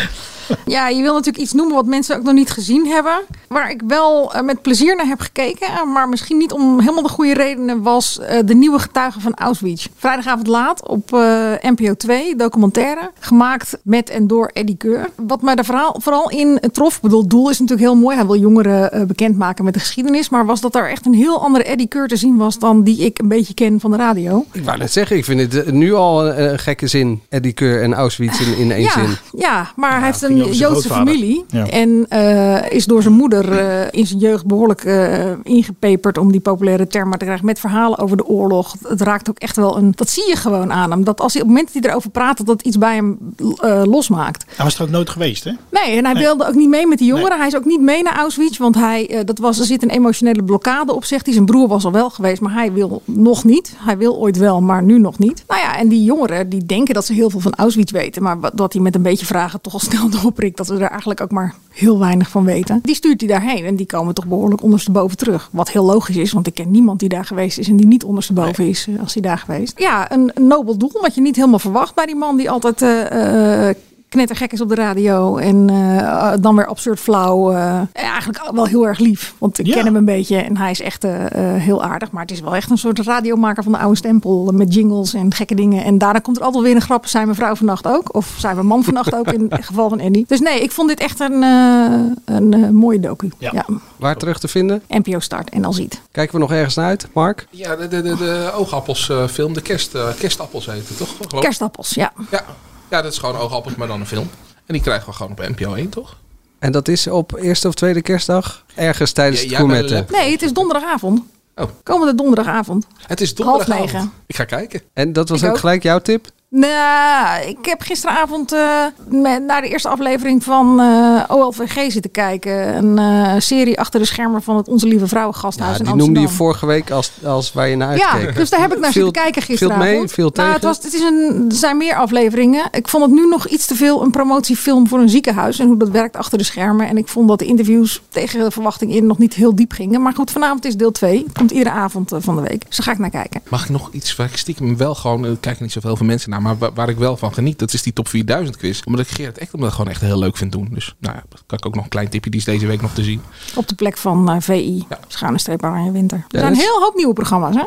Ja, je wil natuurlijk iets noemen wat mensen ook nog niet gezien hebben. Waar ik wel eh, met plezier naar heb gekeken. eh, Maar misschien niet om helemaal de goede redenen was eh, De Nieuwe Getuigen van Auschwitz. Vrijdagavond laat op eh, NPO 2, documentaire. Gemaakt met en door Eddie Keur. Wat mij daar verhaal, vooral in trof. Ik bedoel, het doel is natuurlijk heel mooi. Hij wil jongeren eh, bekendmaken met de geschiedenis. Maar was dat daar echt een heel andere Eddie Keur te zien was... dan die ik een beetje ken van de radio. Ik wou net zeggen, ik vind het eh, nu al een eh, gekke zin. Eddie Keur en Auschwitz in, in één ja, zin. Ja, maar hij heeft ging een over zijn Joodse grootvader. familie. Ja. En eh, is door zijn moeder eh, in zijn jeugd behoorlijk eh, ingepeperd om die populaire term maar te krijgen. Met verhalen over de oorlog. Het raakt ook echt wel een. Dat zie je gewoon aan hem. Dat als hij op het moment dat hij erover praat, dat dat iets bij hem eh, losmaakt. Hij was trouwens nooit geweest, hè? Nee, en hij Nee. wilde ook niet mee met die jongeren. Hij is ook niet mee naar Auschwitz, want hij, eh, dat was, er zit een emotionele blokkade op, zegt hij. Zijn broer was al wel geweest, maar hij wil nog niet. Hij wil ooit wel, maar nu nog niet. Nou ja, en die jongeren die denken dat ze heel veel van Auschwitz weten, maar wat, dat hij met een beetje vragen toch al snel (laughs) doorprikt dat ze er eigenlijk ook maar heel weinig van weten. Die stuurt hij daarheen en die komen toch behoorlijk ondersteboven terug. Wat heel logisch is, want ik ken niemand die daar geweest is en die niet ondersteboven is eh, als hij daar geweest. Ja, een, een nobel doel, wat je niet helemaal verwacht bij die man die altijd... eh, eh, knettergek is op de radio. En eh, dan weer absurd flauw. eh, eigenlijk wel heel erg lief. Want ik ken hem een beetje en hij is echt eh, eh, heel aardig. Maar het is wel echt een soort radiomaker van de oude stempel. Met jingles en gekke dingen. En daarna komt er altijd weer een grap. Zijn mijn vrouw vannacht ook? Of zijn mijn man vannacht ook? In het geval van Andy. Dus nee, ik vond dit echt een, eh, een eh, mooie docu. Ja. Waar terug te vinden? NPO Start en al ziet. Kijken we nog ergens naar uit, Mark? Ja, de, de, de, de oogappelsfilm, de kerst, eh, kerstappels heet het toch? Geloof ik. Kerstappels, ja. Ja. ja, dat is gewoon oogappels, maar dan een film. En die krijgen we gewoon op NPO 1, toch? En dat is op eerste of tweede kerstdag? Ergens tijdens Ja, het jij bent gourmetten. een Nee, het is donderdagavond. Oh. Komende donderdagavond. Het is Half donderdagavond. negen. Ik ga kijken. En dat was Ik ook, ook. gelijk jouw tip? Nou, ik heb gisteravond eh, me- naar de eerste aflevering van eh, OLVG zitten kijken. Een eh, serie achter de schermen van het Onze Lieve Vrouwen Ja, Gasthuis die in noemde Amsterdam. je vorige week als, als waar je naar uitkeek. ja, dus daar heb ik naar Viel- zitten kijken viel het gisteravond. mee? Viel Nou, het, tegen? was, het is een, er zijn meer afleveringen. Ik vond het nu nog iets te veel een promotiefilm voor een ziekenhuis. En hoe dat werkt achter de schermen. En ik vond dat de interviews tegen de verwachting in nog niet heel diep gingen. Maar goed, vanavond is deel 2. Het komt iedere avond eh, van de week. Dus daar ga ik naar kijken. Mag ik nog iets waar ik stiekem wel gewoon, eh, er kijken niet zoveel van mensen naar, maar wa- waar ik wel van geniet, dat is die top 4000 quiz. Omdat ik Gerard Ekdom dat gewoon echt heel leuk vind doen. Dus nou ja, dat kan ik ook nog een klein tipje, die is deze week nog te zien. Op de plek van eh, VI. Schuine streep Oranje Winter. Ja, Er zijn dat is- heel hoop nieuwe programma's, hè?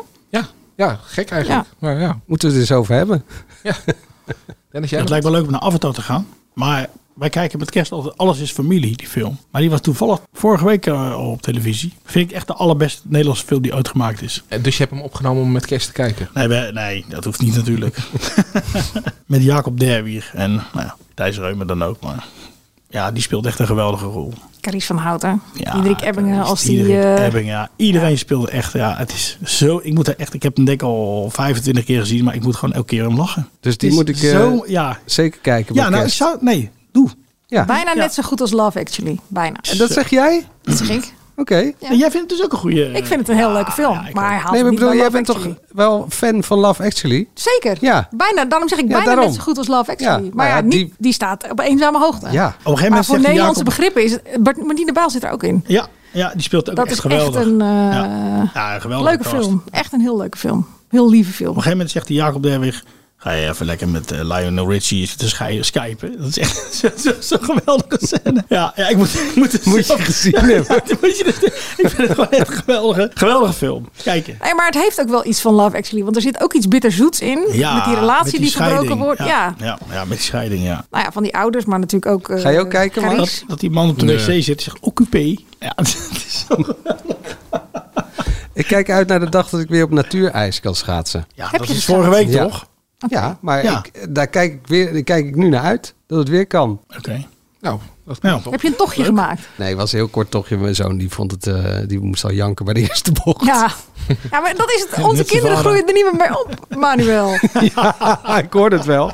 Ja, gek eigenlijk. Ja. Maar ja. Moeten we het eens over hebben? Dennis, jij Het lijkt wel leuk om naar Avatar te gaan. Maar wij kijken met kerst altijd Alles is Familie, die film. Maar die was toevallig vorige week eh, al op televisie. Vind ik echt de allerbeste Nederlandse film die ooit gemaakt is. Eh, Dus je hebt hem opgenomen om met kerst te kijken? Nee, we- nee dat hoeft niet natuurlijk. met Jacob Derwier en nou ja, Thijs Reumer dan ook. Maar ja, die speelt echt een geweldige rol. Carice van Houten. Diederik Ebbingen als die... Diederik eh, Ebbing, ja. Iedereen speelde echt. Ja, het is zo. Ik moet er echt. Ik heb hem denk ik al 25 keer gezien, maar ik moet gewoon elke keer om lachen. Dus die Het moet is ik eh, Zo, ja. zeker kijken. Ja, bij nou, ik kerst. zou. Nee, doe. Ja. Bijna net zo goed als Love Actually. Bijna. En dat zeg jij? Dat zeg ik. Oké. En jij vindt het dus ook een goede. Ik vind het een heel leuke film. maar hij haalt Nee, maar het ik niet bedoel, bij jij Love bent toch Actually. wel fan van Love Actually? Zeker. Ja. Bijna, daarom zeg ik Ja, bijna daarom. net zo goed als Love Actually. Ja, maar ja, maar ja, niet, die- die... staat op eenzame hoogte. eh, Ja. Op een gegeven moment maar Ah, voor zegt Nederlandse die Jacob- begrippen is... het- Bart- Martine de Bijl zit er ook in. Ja, ja die speelt ook Dat echt is geweldig. echt een eh, ja. Ja, een geweldige leuke cast. film. Echt een heel leuke film. Heel lieve Op film. een gegeven moment zegt die Jacob Derwig. Ga je even lekker met eh, Lionel Richie te schij- skypen? Dat is echt (laughs) zo- zo- zo'n geweldige scène. Ja, ja ik moet, ik moet, het Moet je zelf- gezien (laughs) Ja, hebben. ja, moet je het- ik vind het gewoon echt een geweldige, geweldige film. Kijken. Nee, maar het heeft ook wel iets van Love Actually. Want er zit ook iets bitterzoets in. met die met relatie die, verbroken scheiding. wordt. Ja. Ja, ja. ja, met die scheiding, ja. Nou ja, van die ouders, maar natuurlijk ook... eh, Carice. Dat, dat die man op de Nee. wc zit en zegt occupé. Ja, (laughs) dat is zo Ik kijk uit naar de dag dat ik weer op natuurijs kan schaatsen. Ja, Heb dat je is geschaatst? vorige week Ja. toch? Ja, maar Ik, daar kijk ik, weer, daar kijk ik nu naar uit dat het weer kan. Oké. Nou, dat nou, Heb je een tochtje gemaakt? Nee, het was een heel kort tochtje. Mijn zoon die vond het, eh, die moest al janken bij de eerste bocht. (laughs) Ja. ja, maar dat is het. Onze Net zo kinderen vader. groeien er niet meer mee op, Manuel. ik hoorde het wel.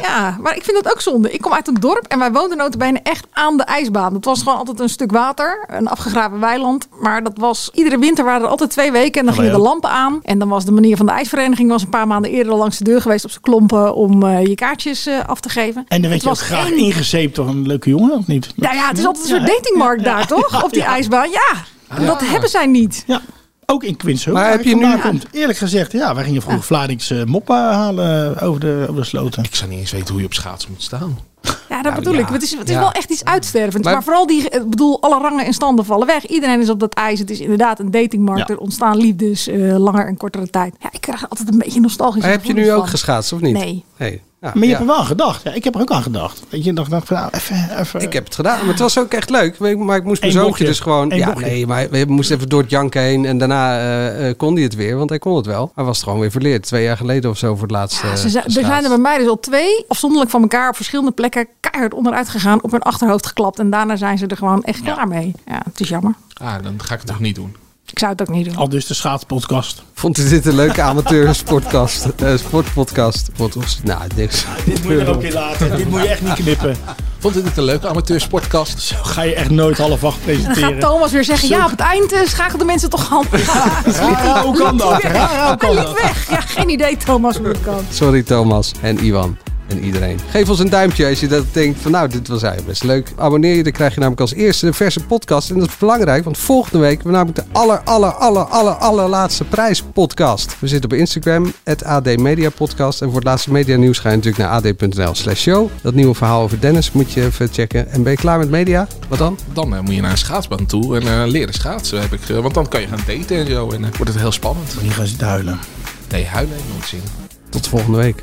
Ja, maar ik vind dat ook zonde. Ik kom uit een dorp en wij woonden notabene echt aan de ijsbaan. Dat was gewoon altijd een stuk water, een afgegraven weiland. Maar dat was, iedere winter waren er altijd twee weken en dan Ja, Oh, gingen de wij ook. lampen aan. En dan was de manier van de ijsvereniging was een paar maanden eerder al langs de deur geweest op z'n klompen om eh, je kaartjes eh, af te geven. En dan werd Het je ook was graag één- ingezeept door een leuke jongen, of niet? Nou ja, het is altijd een soort Ja, hè? datingmarkt daar, toch? Op die ijsbaan, ja. En dat hebben zij niet. Ja. Ook in Quinzo. Maar waar heb ik je nu- vandaan Komt. Eerlijk gezegd, ja, wij gingen vroeger Vladings eh, moppen halen eh, over de, over de sloten. Ik zou niet eens weten hoe je op schaats moet staan. Ja, dat bedoel ja. ik. Het is, het is Ja. wel echt iets uitstervends. Maar, Maar- vooral die, ik bedoel, alle rangen en standen vallen weg. Iedereen is op dat ijs. Het is inderdaad een datingmarkt. Ja. Er ontstaan liefdes eh, langer en kortere tijd. Ja, ik krijg er altijd een beetje nostalgisch Maar heb je nu ook geschaatst of niet? Nee. Nee. Ja, maar je ja. hebt er wel aan gedacht. Ja, ik heb er ook aan gedacht. Weet je, ik dacht, dacht van, nou, even, even... Ik heb het gedaan, maar het was ook echt leuk. Maar ik- Maar ik moest mijn Eén zoontje bochtje. dus gewoon... Eén ja, bochtje. nee, maar we moesten even door het janken heen. En daarna eh, eh, kon hij het weer, want hij kon het wel. Hij was het gewoon weer verleerd. Twee jaar geleden of zo voor het eh, laatste Ze zijn, er zijn er bij mij dus al twee, afzonderlijk van elkaar, op verschillende plekken, keihard onderuit gegaan, op hun achterhoofd geklapt. En daarna zijn ze er gewoon echt klaar mee. Ja, het is jammer. Ah, dan ga ik het toch niet doen. Ik zou het ook niet doen. Al dus de schaatspodcast. Vond u dit een leuke amateursportcast? eh sportpodcast? Wat was het? Nou, niks. (laughs) Dit moet je er ook in laten. Dit moet je echt niet knippen. Vond u dit een leuke amateursportcast? Zo ga je echt nooit half acht Dan presenteren. gaat Thomas weer zeggen, ja, op het eind eh, schakelen de mensen toch hand. Rara, hoe kan dat? Rara, hoe Hij liep weg. Ja, geen idee Thomas hoe het kan. Sorry Thomas en Iwan en iedereen. Geef ons een duimpje als je dat denkt van nou, dit was eigenlijk best leuk. Abonneer je, dan krijg je namelijk als eerste de verse podcast. En dat is belangrijk, want volgende week hebben we namelijk de aller, aller, aller, aller, allerlaatste prijs podcast. We zitten op Instagram, het AD Media Podcast. En voor het laatste media nieuws ga je natuurlijk naar ad.nl slash show. Dat nieuwe verhaal over Dennis moet je even checken. En ben je klaar met media? Wat dan? Dan eh, moet je naar een schaatsbaan toe en eh, leren schaatsen, heb ik. eh, want dan kan je gaan daten en zo. En eh, wordt het heel spannend. Die gaan zitten huilen. Nee, huilen heeft nooit zin. Tot volgende week.